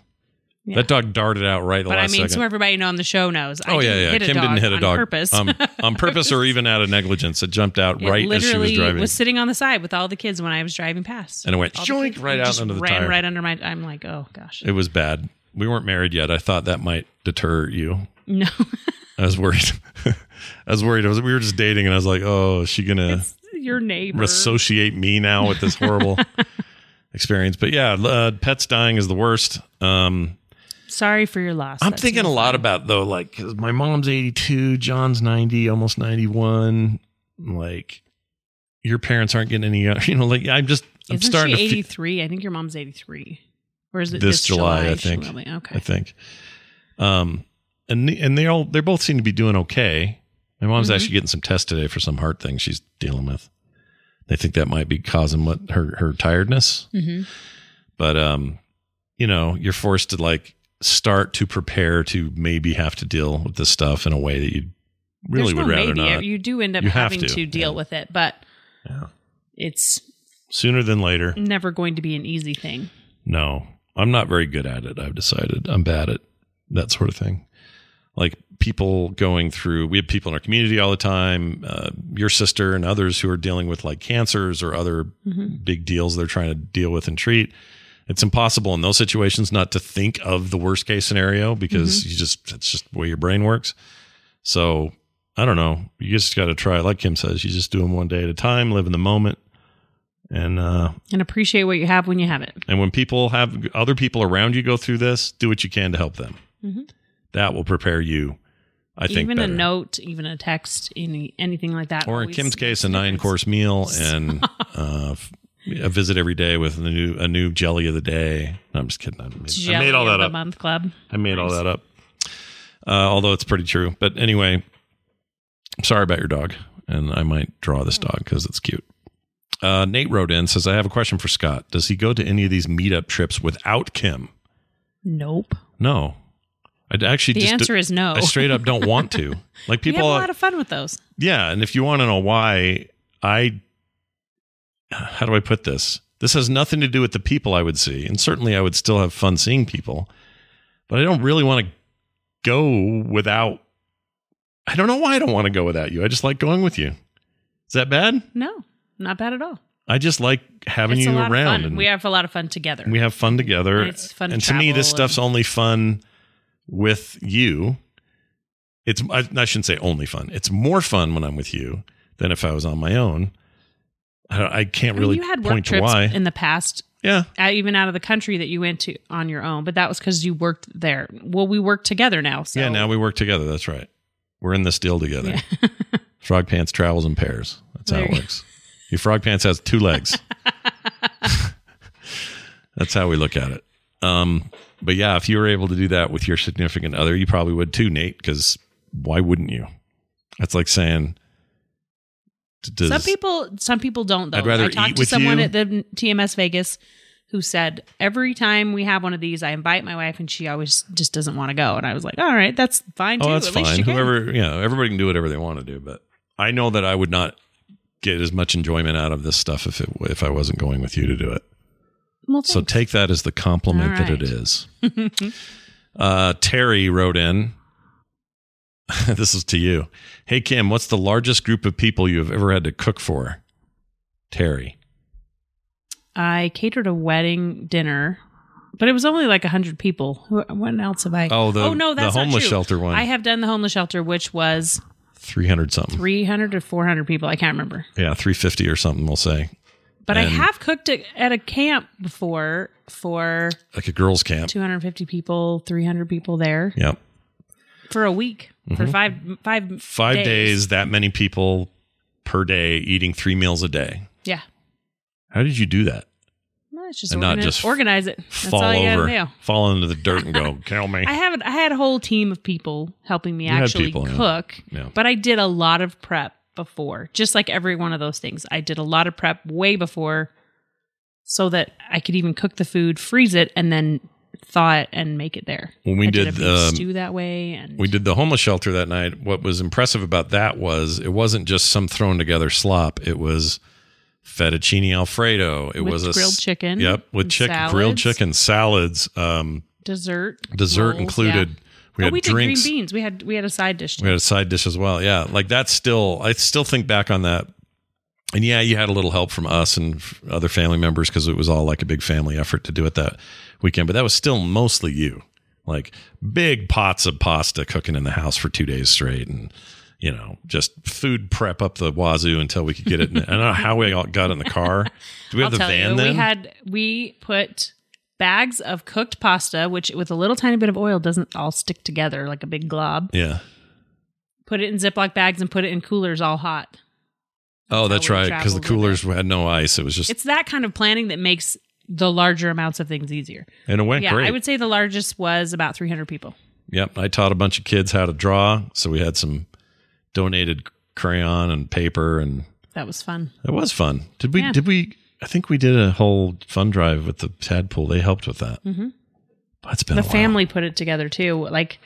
Speaker 2: Yeah.
Speaker 1: That dog darted out right at the
Speaker 2: but I
Speaker 1: last
Speaker 2: mean,
Speaker 1: second.
Speaker 2: so everybody on the show knows. I
Speaker 1: oh yeah,
Speaker 2: didn't
Speaker 1: yeah.
Speaker 2: Hit a
Speaker 1: Kim
Speaker 2: dog
Speaker 1: didn't hit a
Speaker 2: on
Speaker 1: dog
Speaker 2: purpose.
Speaker 1: um, on purpose or even out of negligence. It jumped out
Speaker 2: It
Speaker 1: right as she was
Speaker 2: literally
Speaker 1: driving,
Speaker 2: sitting on the side with all the kids when I was driving past,
Speaker 1: and it went
Speaker 2: All the kids-
Speaker 1: joink right
Speaker 2: it
Speaker 1: out
Speaker 2: just
Speaker 1: under the
Speaker 2: ran
Speaker 1: tire.
Speaker 2: right under my. I'm like, oh gosh,
Speaker 1: It was bad. We weren't married yet. I thought that might deter you.
Speaker 2: no.
Speaker 1: I was worried. I was worried. I was, we were just dating, and I was like, "Oh, is she gonna
Speaker 2: It's your neighbor.
Speaker 1: associate me now with this horrible experience?" But yeah, uh, pets dying is the worst. Um,
Speaker 2: Sorry for your loss.
Speaker 1: I'm
Speaker 2: That's
Speaker 1: thinking a
Speaker 2: not
Speaker 1: lot
Speaker 2: fun.
Speaker 1: about though, like 'cause my mom's 82, John's 90, almost 91. Like your parents aren't getting any, you know, like I'm just, I'm
Speaker 2: Isn't
Speaker 1: starting
Speaker 2: she
Speaker 1: to fe-
Speaker 2: 83? I think your mom's 83. Or is it
Speaker 1: this July, I
Speaker 2: She
Speaker 1: think.
Speaker 2: will be. Okay.
Speaker 1: I think. Um, and the- and they all they both seem to be doing okay. My mom's
Speaker 2: Mm-hmm.
Speaker 1: actually getting some tests today for some heart thing she's dealing with. They think that might be causing what her her tiredness.
Speaker 2: Mhm.
Speaker 1: But um, you know, you're forced to like start to prepare to maybe have to deal with this stuff in a way that you really
Speaker 2: There's
Speaker 1: would
Speaker 2: no
Speaker 1: rather
Speaker 2: maybe.
Speaker 1: not.
Speaker 2: You do end up
Speaker 1: You have
Speaker 2: having
Speaker 1: to,
Speaker 2: to, deal
Speaker 1: yeah.
Speaker 2: with it, but
Speaker 1: Yeah.
Speaker 2: it's
Speaker 1: Sooner than later.
Speaker 2: never going to be an easy thing.
Speaker 1: No, I'm not very good at it. I've decided I'm bad at that sort of thing. Like people going through, we have people in our community all the time, uh, your sister and others who are dealing with like cancers or other big deals they're trying to deal with and treat. It's impossible in those situations not to think of the worst case scenario because you just, it's just the way your brain works. So I don't know. You just got to try. Like Kim says, you just do them one day at a time, live in the moment. And, uh,
Speaker 2: And appreciate what you have when you have it.
Speaker 1: and when people have other people around you go through this, do what you can to help them.
Speaker 2: Mhm.
Speaker 1: That will prepare you, I think,
Speaker 2: even
Speaker 1: better.
Speaker 2: a note, even a text, any anything like that.
Speaker 1: or in
Speaker 2: always
Speaker 1: Kim's case,
Speaker 2: makes
Speaker 1: a
Speaker 2: difference.
Speaker 1: nine course meal and uh, f- a visit every day with a new a new jelly of the day. No, I'm just kidding. I made, I
Speaker 2: Jelly
Speaker 1: made all
Speaker 2: of
Speaker 1: that
Speaker 2: the
Speaker 1: up.
Speaker 2: Month club.
Speaker 1: I made all
Speaker 2: Nice.
Speaker 1: that up. Uh, although it's pretty true. But anyway, I'm sorry about your dog, and I might draw this dog because it's cute. Uh, Nate wrote in says, "I have a question for Scott. Does he go to any of these meetup trips without Kim?"
Speaker 2: Nope.
Speaker 1: No, I actually.
Speaker 2: The
Speaker 1: just
Speaker 2: answer is no.
Speaker 1: I straight up don't want to. Like
Speaker 2: People
Speaker 1: people,
Speaker 2: we have a lot of fun with those.
Speaker 1: yeah. And if you want to know why, I. How do I put this? This has nothing to do with the people I would see, and certainly I would still have fun seeing people, but I don't really want to go without. I don't know why I don't want to go without you. I just like going with you. Is that bad?
Speaker 2: No, not bad at all.
Speaker 1: I just like having
Speaker 2: it's
Speaker 1: you
Speaker 2: a lot
Speaker 1: around.
Speaker 2: Of fun.
Speaker 1: and-
Speaker 2: We have a lot of fun together.
Speaker 1: we have fun together.
Speaker 2: And it's fun to
Speaker 1: And to me, this
Speaker 2: travel and-
Speaker 1: stuff's only fun with you. It's I, I shouldn't say only fun. It's more fun when I'm with you than if I was on my own. I, don't, I
Speaker 2: I
Speaker 1: can't
Speaker 2: mean,
Speaker 1: really
Speaker 2: you had work
Speaker 1: point to
Speaker 2: trips
Speaker 1: why.
Speaker 2: in the past,
Speaker 1: yeah,
Speaker 2: uh, even out of the country that you went to on your own, but that was because you worked there. Well, we work together now. So
Speaker 1: yeah. Now we work together. That's right. We're in this deal together. Frog Pants travels in pairs. That's how
Speaker 2: There
Speaker 1: it
Speaker 2: you go.
Speaker 1: works. Your Frog Pants has two legs. That's how we look at it. Um, but yeah, if you were able to do that with your significant other, you probably would too, Nate, because why wouldn't you? That's like saying, d- does-
Speaker 2: some people, some people don't. Though
Speaker 1: I'd rather
Speaker 2: I talked
Speaker 1: eat
Speaker 2: to
Speaker 1: with
Speaker 2: someone
Speaker 1: you.
Speaker 2: at the TMS Vegas who said every time we have one of these, I invite my wife, and she always just doesn't want to go. And I was like, all right, that's fine
Speaker 1: oh,
Speaker 2: too.
Speaker 1: that's
Speaker 2: at least
Speaker 1: fine.
Speaker 2: you can.
Speaker 1: Whoever, yeah, everybody can do whatever they want to do. But I know that I would not get as much enjoyment out of this stuff if it, if I wasn't going with you to do it.
Speaker 2: Well,
Speaker 1: So
Speaker 2: thanks.
Speaker 1: take that as the compliment
Speaker 2: All
Speaker 1: that it
Speaker 2: right.
Speaker 1: is. uh, Terry wrote in. this is to you. Hey Kim, what's the largest group of people you have ever had to cook for? Terry.
Speaker 2: I catered a wedding dinner, but it was only like hundred people. Who? What else have I?
Speaker 1: Oh, the-
Speaker 2: oh no,
Speaker 1: the
Speaker 2: that's not
Speaker 1: homeless
Speaker 2: true.
Speaker 1: shelter one.
Speaker 2: I have done the homeless shelter, which was
Speaker 1: 300 something.
Speaker 2: three hundred or four hundred people. I can't remember.
Speaker 1: Yeah, 350 or something we'll say.
Speaker 2: But I
Speaker 1: And-
Speaker 2: have cooked a, at a camp before for
Speaker 1: Like a girls camp.
Speaker 2: 250 people, 300 people there
Speaker 1: Yep.
Speaker 2: for a week, for five five
Speaker 1: 5 Mm-hmm. days.
Speaker 2: days.
Speaker 1: that many people per day eating 3 meals a day.
Speaker 2: Yeah,
Speaker 1: How did you do that?
Speaker 2: I It's just,
Speaker 1: And not
Speaker 2: organize,
Speaker 1: just
Speaker 2: organize it. That's
Speaker 1: fall
Speaker 2: all you
Speaker 1: over,
Speaker 2: gotta do.
Speaker 1: fall into the dirt and go, kill me.
Speaker 2: I haven't. I had a whole team of people helping me
Speaker 1: You had
Speaker 2: actually
Speaker 1: people, yeah.
Speaker 2: cook,
Speaker 1: Yeah.
Speaker 2: but I did a lot of prep before, just like every one of those things. I did a lot of prep way before, so that I could even cook the food, freeze it, and then thaw it and make it there.
Speaker 1: When we
Speaker 2: I did,
Speaker 1: did,
Speaker 2: a beef
Speaker 1: um,
Speaker 2: stew that way, and
Speaker 1: We did the homeless shelter that night. What was impressive about that was it wasn't just some thrown together slop. It was fettuccine alfredo. It
Speaker 2: With
Speaker 1: was a s-
Speaker 2: grilled chicken
Speaker 1: Yep, with
Speaker 2: and
Speaker 1: chick grilled
Speaker 2: salads.
Speaker 1: chicken salads. Um,
Speaker 2: dessert
Speaker 1: dessert
Speaker 2: rolls,
Speaker 1: included.
Speaker 2: yeah.
Speaker 1: We
Speaker 2: Oh,
Speaker 1: had
Speaker 2: we
Speaker 1: drinks.
Speaker 2: did green beans. We had we had a side dish.
Speaker 1: We had a side dish as well. Yeah, like that's still. I still think back on that. And yeah, you had a little help from us and f- other family members because it was all like a big family effort to do it that weekend. But that was still mostly you, like big pots of pasta cooking in the house for two days straight, and you know just food prep up the wazoo until we could get it. In I don't know how we all got in the car. Do we have the
Speaker 2: I'll tell
Speaker 1: van
Speaker 2: you,
Speaker 1: then?
Speaker 2: We had we put bags of cooked pasta, which with a little tiny bit of oil doesn't all stick together like a big glob.
Speaker 1: yeah.
Speaker 2: Put it in Ziploc bags and put it in coolers all hot.
Speaker 1: Oh, that's
Speaker 2: we
Speaker 1: right. Because the
Speaker 2: traveled with
Speaker 1: coolers had no ice. It was just
Speaker 2: It's that kind of planning that makes the larger amounts of things easier.
Speaker 1: and it went
Speaker 2: yeah,
Speaker 1: great.
Speaker 2: I would say the largest was about 300 people.
Speaker 1: Yep. I taught a bunch of kids how to draw. So we had some donated crayon and paper and
Speaker 2: That was fun.
Speaker 1: it was fun. Did we,
Speaker 2: Yeah.
Speaker 1: did we, I think we did a whole fun drive with the tadpole. They helped with that. Mm-hmm. That's been
Speaker 2: the
Speaker 1: a while.
Speaker 2: family put it together too. Like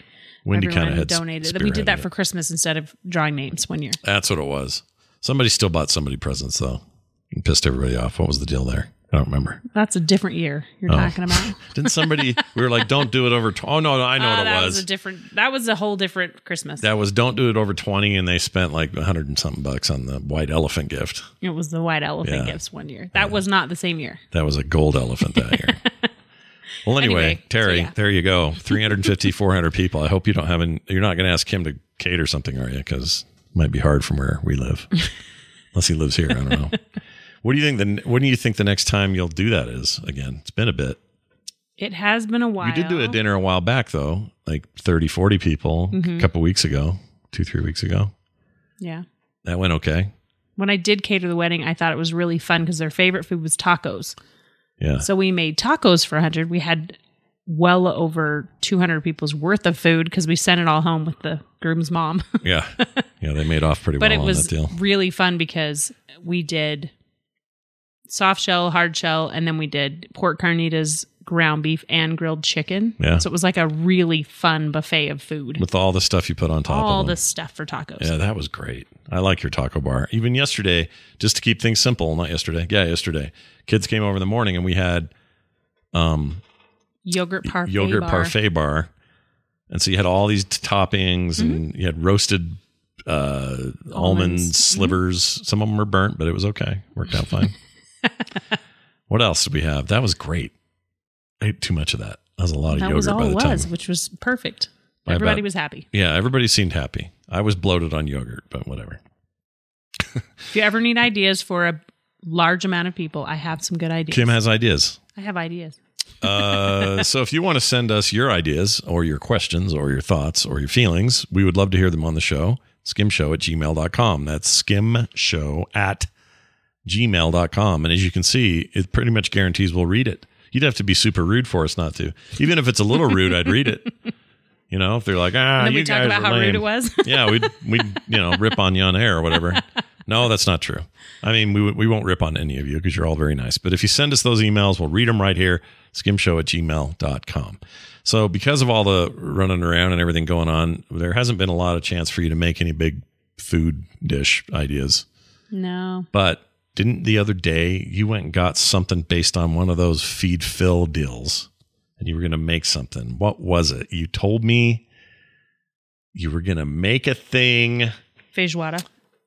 Speaker 1: Wendy
Speaker 2: everyone
Speaker 1: kind of had
Speaker 2: donated. we did that
Speaker 1: spearheaded
Speaker 2: for
Speaker 1: it.
Speaker 2: Christmas instead of drawing names one year.
Speaker 1: That's what it was. Somebody still bought somebody presents though. And pissed everybody off. What was the deal there? I don't remember.
Speaker 2: That's a different year you're
Speaker 1: Oh.
Speaker 2: talking about.
Speaker 1: Didn't somebody? we were like, "Don't do it over." Tw- oh no, no, I know
Speaker 2: Ah,
Speaker 1: what it
Speaker 2: that
Speaker 1: was.
Speaker 2: a different. That was a whole different Christmas.
Speaker 1: that was don't do it over twenty, and they spent like a hundred and something bucks on the white elephant gift.
Speaker 2: It was the white elephant
Speaker 1: Yeah.
Speaker 2: gifts one year. That was not the same year.
Speaker 1: That was a gold elephant that year. well, anyway,
Speaker 2: Anyway, so
Speaker 1: Terry,
Speaker 2: yeah.
Speaker 1: there you go. 350, 400 people. I hope you don't have an, you're not going to ask him to cater something, are you? Because it might be hard from where we live. Unless he lives here. I don't know. What do you think the what do you think the next time you'll do that is again? It's been a bit.
Speaker 2: It has been a while.
Speaker 1: We did do a dinner a while back though, like 30, 40 people
Speaker 2: Mm-hmm.
Speaker 1: a couple weeks ago, 2 3 weeks ago.
Speaker 2: Yeah.
Speaker 1: That went okay.
Speaker 2: When I did cater the wedding, I thought it was really fun because their favorite food was tacos.
Speaker 1: Yeah.
Speaker 2: So we made tacos for 100. We had well over 200 people's worth of food because we sent it all home with the groom's mom.
Speaker 1: yeah. Yeah, they made off pretty
Speaker 2: but
Speaker 1: well
Speaker 2: it
Speaker 1: on
Speaker 2: was
Speaker 1: that deal.
Speaker 2: really fun because we did soft shell, hard shell, and then we did pork carnitas, ground beef, and grilled chicken.
Speaker 1: Yeah.
Speaker 2: So it was like a really fun buffet of food.
Speaker 1: With all the stuff you put on top
Speaker 2: all
Speaker 1: of them.
Speaker 2: this stuff for tacos.
Speaker 1: Yeah, that was great. I like your taco bar. Even yesterday, just to keep things simple, not yesterday. Yeah, yesterday. Kids came over in the morning and we had um
Speaker 2: Yogurt parfait.
Speaker 1: yogurt
Speaker 2: bar.
Speaker 1: parfait bar. And so you had all these t- toppings and you had roasted uh almond
Speaker 2: Mm-hmm. Almonds. Mm-hmm.
Speaker 1: slivers. Some of them were burnt, but it was okay. Worked out fine. what else did we have? That was great. I ate too much of that. That was a lot of
Speaker 2: That
Speaker 1: yogurt
Speaker 2: was all
Speaker 1: by
Speaker 2: it
Speaker 1: the
Speaker 2: was,
Speaker 1: time.
Speaker 2: which was perfect.
Speaker 1: By
Speaker 2: Everybody
Speaker 1: about-
Speaker 2: was happy.
Speaker 1: Yeah, everybody seemed happy. I was bloated on yogurt, but whatever.
Speaker 2: If you ever need ideas for a large amount of people, I have some good ideas.
Speaker 1: Kim has ideas.
Speaker 2: I have ideas.
Speaker 1: Uh, so if you want to send us your ideas or your questions or your thoughts or your feelings, we would love to hear them on the show. Skimshow at gmail.com. That's skimshow at gmail.com. And as you can see, it pretty much guarantees we'll read it. You'd have to be super rude for us not to. Even if it's a little rude, I'd read it. You know, if they're like, ah,
Speaker 2: And then
Speaker 1: you
Speaker 2: we talk
Speaker 1: guys
Speaker 2: about
Speaker 1: are
Speaker 2: how rude
Speaker 1: lame."
Speaker 2: it was.
Speaker 1: yeah, we'd, we'd, you know, rip on you on air or whatever. No, that's not true. I mean, we, w- we won't rip on any of you because you're all very nice. But if you send us those emails, we'll read them right here, skimshow at gmail.com. So, because of all the running around and everything going on, there hasn't been a lot of chance for you to make any big food dish ideas.
Speaker 2: No.
Speaker 1: But didn't the other day you went and got something based on one of those feed fill deals and you were going to make something? What was it? You told me you were going to make a thing.
Speaker 2: Feijoada.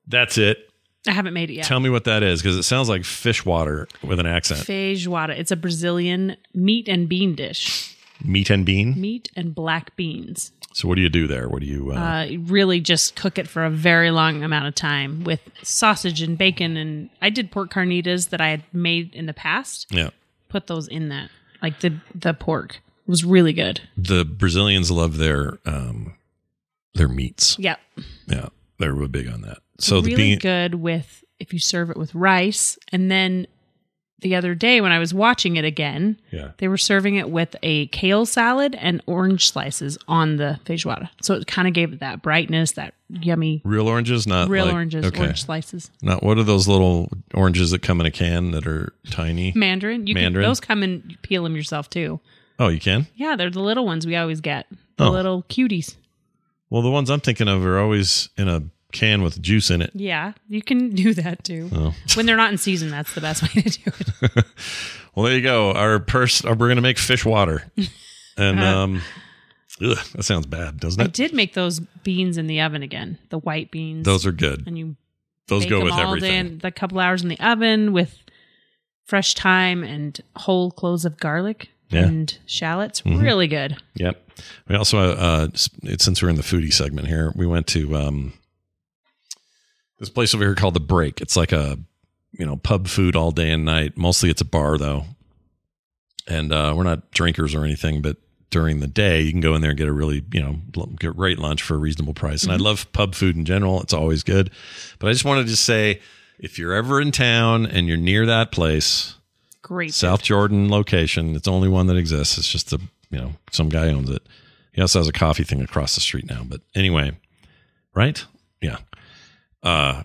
Speaker 1: That's it.
Speaker 2: I haven't made it yet.
Speaker 1: Tell me what that is because it sounds like fish water with an accent.
Speaker 2: Feijoada. It's a Brazilian meat and bean dish.
Speaker 1: Meat and bean.
Speaker 2: Meat and black beans.
Speaker 1: So, what do you do there? What do you. Uh,
Speaker 2: Uh, you really just cook it for a very long amount of time with sausage and bacon. And I did pork carnitas that I had made in the past.
Speaker 1: yeah.
Speaker 2: Put those in that. Like the, the pork It was really good.
Speaker 1: The Brazilians love their um, their meats.
Speaker 2: Yeah.
Speaker 1: Yeah. They're real big on that. So,
Speaker 2: really
Speaker 1: the bean.
Speaker 2: good with if you serve it with rice and then the other day when I was watching it again,
Speaker 1: Yeah.
Speaker 2: they were serving it with a kale salad and orange slices on the feijoada. So it kind of gave it that brightness, that yummy
Speaker 1: Real oranges, not
Speaker 2: real
Speaker 1: like-
Speaker 2: oranges,
Speaker 1: Okay.
Speaker 2: orange slices.
Speaker 1: Not what are those little oranges that come in a can that are tiny?
Speaker 2: Mandarin. You
Speaker 1: Mandarin?
Speaker 2: Can, those come and you peel them yourself too.
Speaker 1: Oh, you can.
Speaker 2: Yeah, they're the little ones we always get. The
Speaker 1: Oh.
Speaker 2: little cuties.
Speaker 1: Well, the ones I'm thinking of are always in a can with juice in it.
Speaker 2: Yeah, you can do that too.
Speaker 1: Oh.
Speaker 2: When they're not in season, that's the best way to do it.
Speaker 1: Well, there you go. Our purse. We're gonna make fish water, and um, ugh, that sounds bad, doesn't
Speaker 2: Uh-huh. I
Speaker 1: it?
Speaker 2: did make those beans in the oven again, the white beans.
Speaker 1: Those are good.
Speaker 2: and you
Speaker 1: Those
Speaker 2: bake
Speaker 1: go
Speaker 2: them
Speaker 1: with
Speaker 2: all day
Speaker 1: everything.
Speaker 2: in the couple hours in the oven with fresh thyme and whole cloves of garlic
Speaker 1: Yeah. Mm-hmm.
Speaker 2: and shallots. Really good.
Speaker 1: Yep. We also, uh, s- it- since we're in the foodie segment here, we went to um, this place over here called the Break. It's like a you know pub food all day and night. Mostly, it's a bar though, and uh, we're not drinkers or anything. But during the day, you can go in there and get a really you know l- get great lunch for a reasonable price. And I love pub food in general; it's always good. But I just wanted to say, if you're ever in town and you're near that place,
Speaker 2: Great.
Speaker 1: South Jordan location. It's the only one that exists. It's just a you know some guy owns it. He also has a coffee thing across the street now. But anyway, right? Yeah. Uh,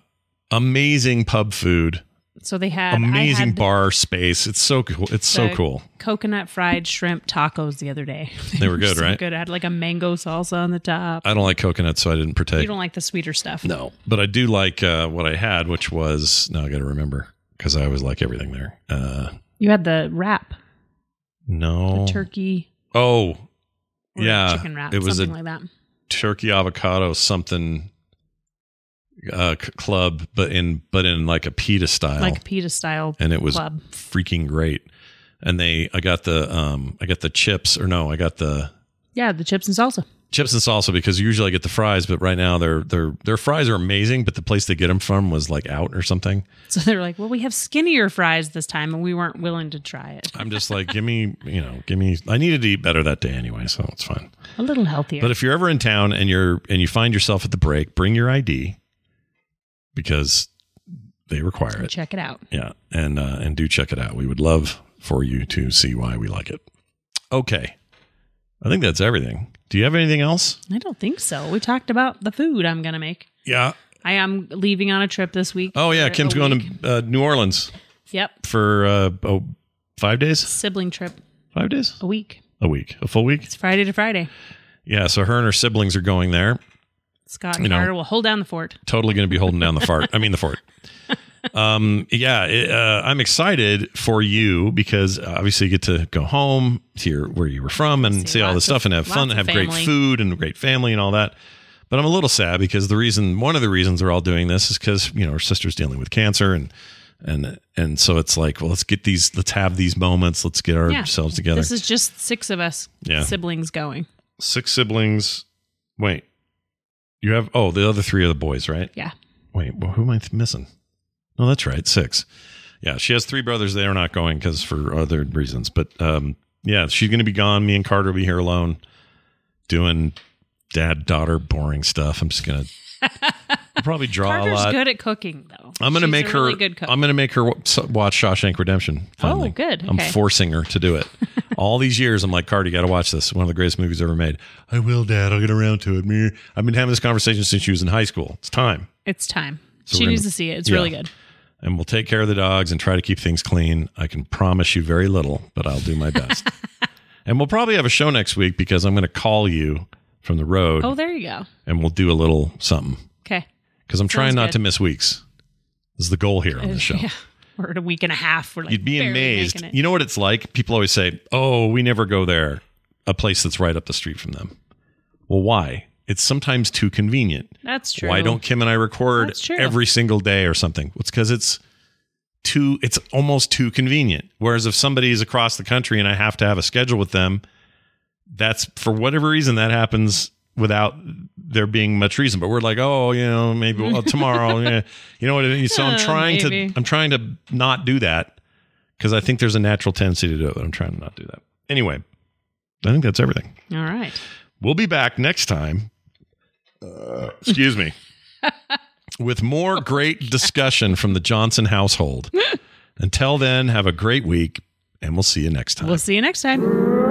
Speaker 1: amazing pub food.
Speaker 2: So they had I
Speaker 1: Amazing
Speaker 2: had
Speaker 1: bar space. It's so cool. It's so
Speaker 2: the
Speaker 1: cool.
Speaker 2: Coconut fried shrimp tacos the other day.
Speaker 1: They were good,
Speaker 2: so
Speaker 1: right?
Speaker 2: Good. I had like a mango salsa on the top.
Speaker 1: I don't like coconut, so I didn't partake.
Speaker 2: you don't like the sweeter stuff.
Speaker 1: No, but I do like uh, what I had, which was now I got to remember because I always like everything there. Uh,
Speaker 2: You had the wrap,
Speaker 1: no
Speaker 2: the turkey.
Speaker 1: Oh,
Speaker 2: or
Speaker 1: yeah.
Speaker 2: chicken wrap.
Speaker 1: it was a
Speaker 2: something like that.
Speaker 1: turkey avocado something uh, c- club, but in but in like a pita style,
Speaker 2: Like pita style.
Speaker 1: and it was
Speaker 2: club.
Speaker 1: freaking great. And they, I got the um, I got the chips, or no, I got the
Speaker 2: Yeah, the chips and salsa.
Speaker 1: chips and salsa because usually I get the fries, but right now their their their fries are amazing, but the place they get them from was like out or something.
Speaker 2: So they're like, well, we have skinnier fries this time, and we weren't willing to try it.
Speaker 1: I'm just like, give me, you know, give me. I needed to eat better that day anyway, so it's fine.
Speaker 2: A little healthier.
Speaker 1: But if you're ever in town and you're and you find yourself at the break, bring your ID because they require it.
Speaker 2: check it out.
Speaker 1: Yeah, and uh, and do check it out. We would love for you to see why we like it. Okay, I think that's everything. Do you have anything else?
Speaker 2: I don't think so. We talked about the food I'm gonna make.
Speaker 1: Yeah.
Speaker 2: I am leaving on a trip this week.
Speaker 1: Oh yeah,
Speaker 2: For
Speaker 1: Kim's
Speaker 2: a
Speaker 1: going
Speaker 2: week.
Speaker 1: to uh, New Orleans
Speaker 2: Yep,
Speaker 1: for uh, oh, five days.
Speaker 2: sibling trip
Speaker 1: Five days.
Speaker 2: a week.
Speaker 1: A week. A full week.
Speaker 2: It's Friday to Friday.
Speaker 1: Yeah. So her and her siblings are going there.
Speaker 2: Scott
Speaker 1: You
Speaker 2: and
Speaker 1: know.
Speaker 2: Carter will hold down the fort.
Speaker 1: totally going to be holding down the fart. I mean the fort. Um, yeah, it, uh, I'm excited for you because obviously you get to go home to your, where you were from and see,
Speaker 2: See
Speaker 1: all this
Speaker 2: lots of-
Speaker 1: stuff and have fun and
Speaker 2: lots
Speaker 1: have
Speaker 2: of
Speaker 1: great
Speaker 2: family.
Speaker 1: food and great family and all that. But I'm a little sad because the reason, one of the reasons we're all doing this is because, you know, her sister's dealing with cancer and, and, and so it's like, well, let's get these, let's have these moments. Let's get ourselves together.
Speaker 2: This is just six of us
Speaker 1: Yeah.
Speaker 2: siblings going.
Speaker 1: Six siblings. Wait, you have, oh, the other three are the boys, right?
Speaker 2: Yeah,
Speaker 1: Wait, well, who am I th- missing? No, that's right, six. Yeah, she has three brothers. They are not going because for other reasons. But um, yeah, she's going to be gone. Me and Carter will be here alone, doing dad daughter boring stuff. I'm just gonna I'll probably draw a
Speaker 2: Carter's
Speaker 1: lot.
Speaker 2: good at cooking though.
Speaker 1: I'm gonna
Speaker 2: She's
Speaker 1: make
Speaker 2: a
Speaker 1: her.
Speaker 2: really good cook. Oh,
Speaker 1: I'm gonna make her wa- s- watch Shawshank Redemption. Finally.
Speaker 2: good.
Speaker 1: I'm
Speaker 2: Okay.
Speaker 1: forcing her to do it. All these years, I'm like, Carter, you got to watch this. One of the greatest movies ever made. I will, Dad. I'll get around to it. Meh. I've been having this conversation since she was in high school. It's time.
Speaker 2: it's time.
Speaker 1: So
Speaker 2: she
Speaker 1: we're
Speaker 2: needs
Speaker 1: gonna-
Speaker 2: to see it. It's
Speaker 1: Yeah.
Speaker 2: really good.
Speaker 1: and we'll take care of the dogs and try to keep things clean. I can promise you very little, but I'll do my best. and we'll probably have a show next week because I'm going to call you from the road
Speaker 2: Oh, there you go.
Speaker 1: and we'll do a little something
Speaker 2: Okay.
Speaker 1: because I'm trying not
Speaker 2: good.
Speaker 1: to miss weeks. This is the goal here on the show.
Speaker 2: Yeah. We're at a week and a half. We're like
Speaker 1: You'd be
Speaker 2: barely
Speaker 1: amazed.
Speaker 2: making it.
Speaker 1: You know what it's like? People always say, "Oh, we never go there." A place that's right up the street from them. Well, why? It's sometimes too convenient.
Speaker 2: That's true.
Speaker 1: Why don't Kim and I record
Speaker 2: That's true.
Speaker 1: every single day or something? It's because it's too. It's almost too convenient. Whereas if somebody is across the country and I have to have a schedule with them, that's for whatever reason that happens without there being much reason. But we're like, oh, you know, maybe well, tomorrow. yeah. You know what I mean? So I'm
Speaker 2: Uh,
Speaker 1: trying
Speaker 2: maybe.
Speaker 1: to. I'm trying to not do that because I think there's a natural tendency to do it. But I'm trying to not do that. Anyway, I think that's everything.
Speaker 2: All right.
Speaker 1: We'll be back next time. Uh, excuse me. with more great discussion from the Johnson household Until then, have a great week, and we'll see you next time.
Speaker 2: We'll see you next time.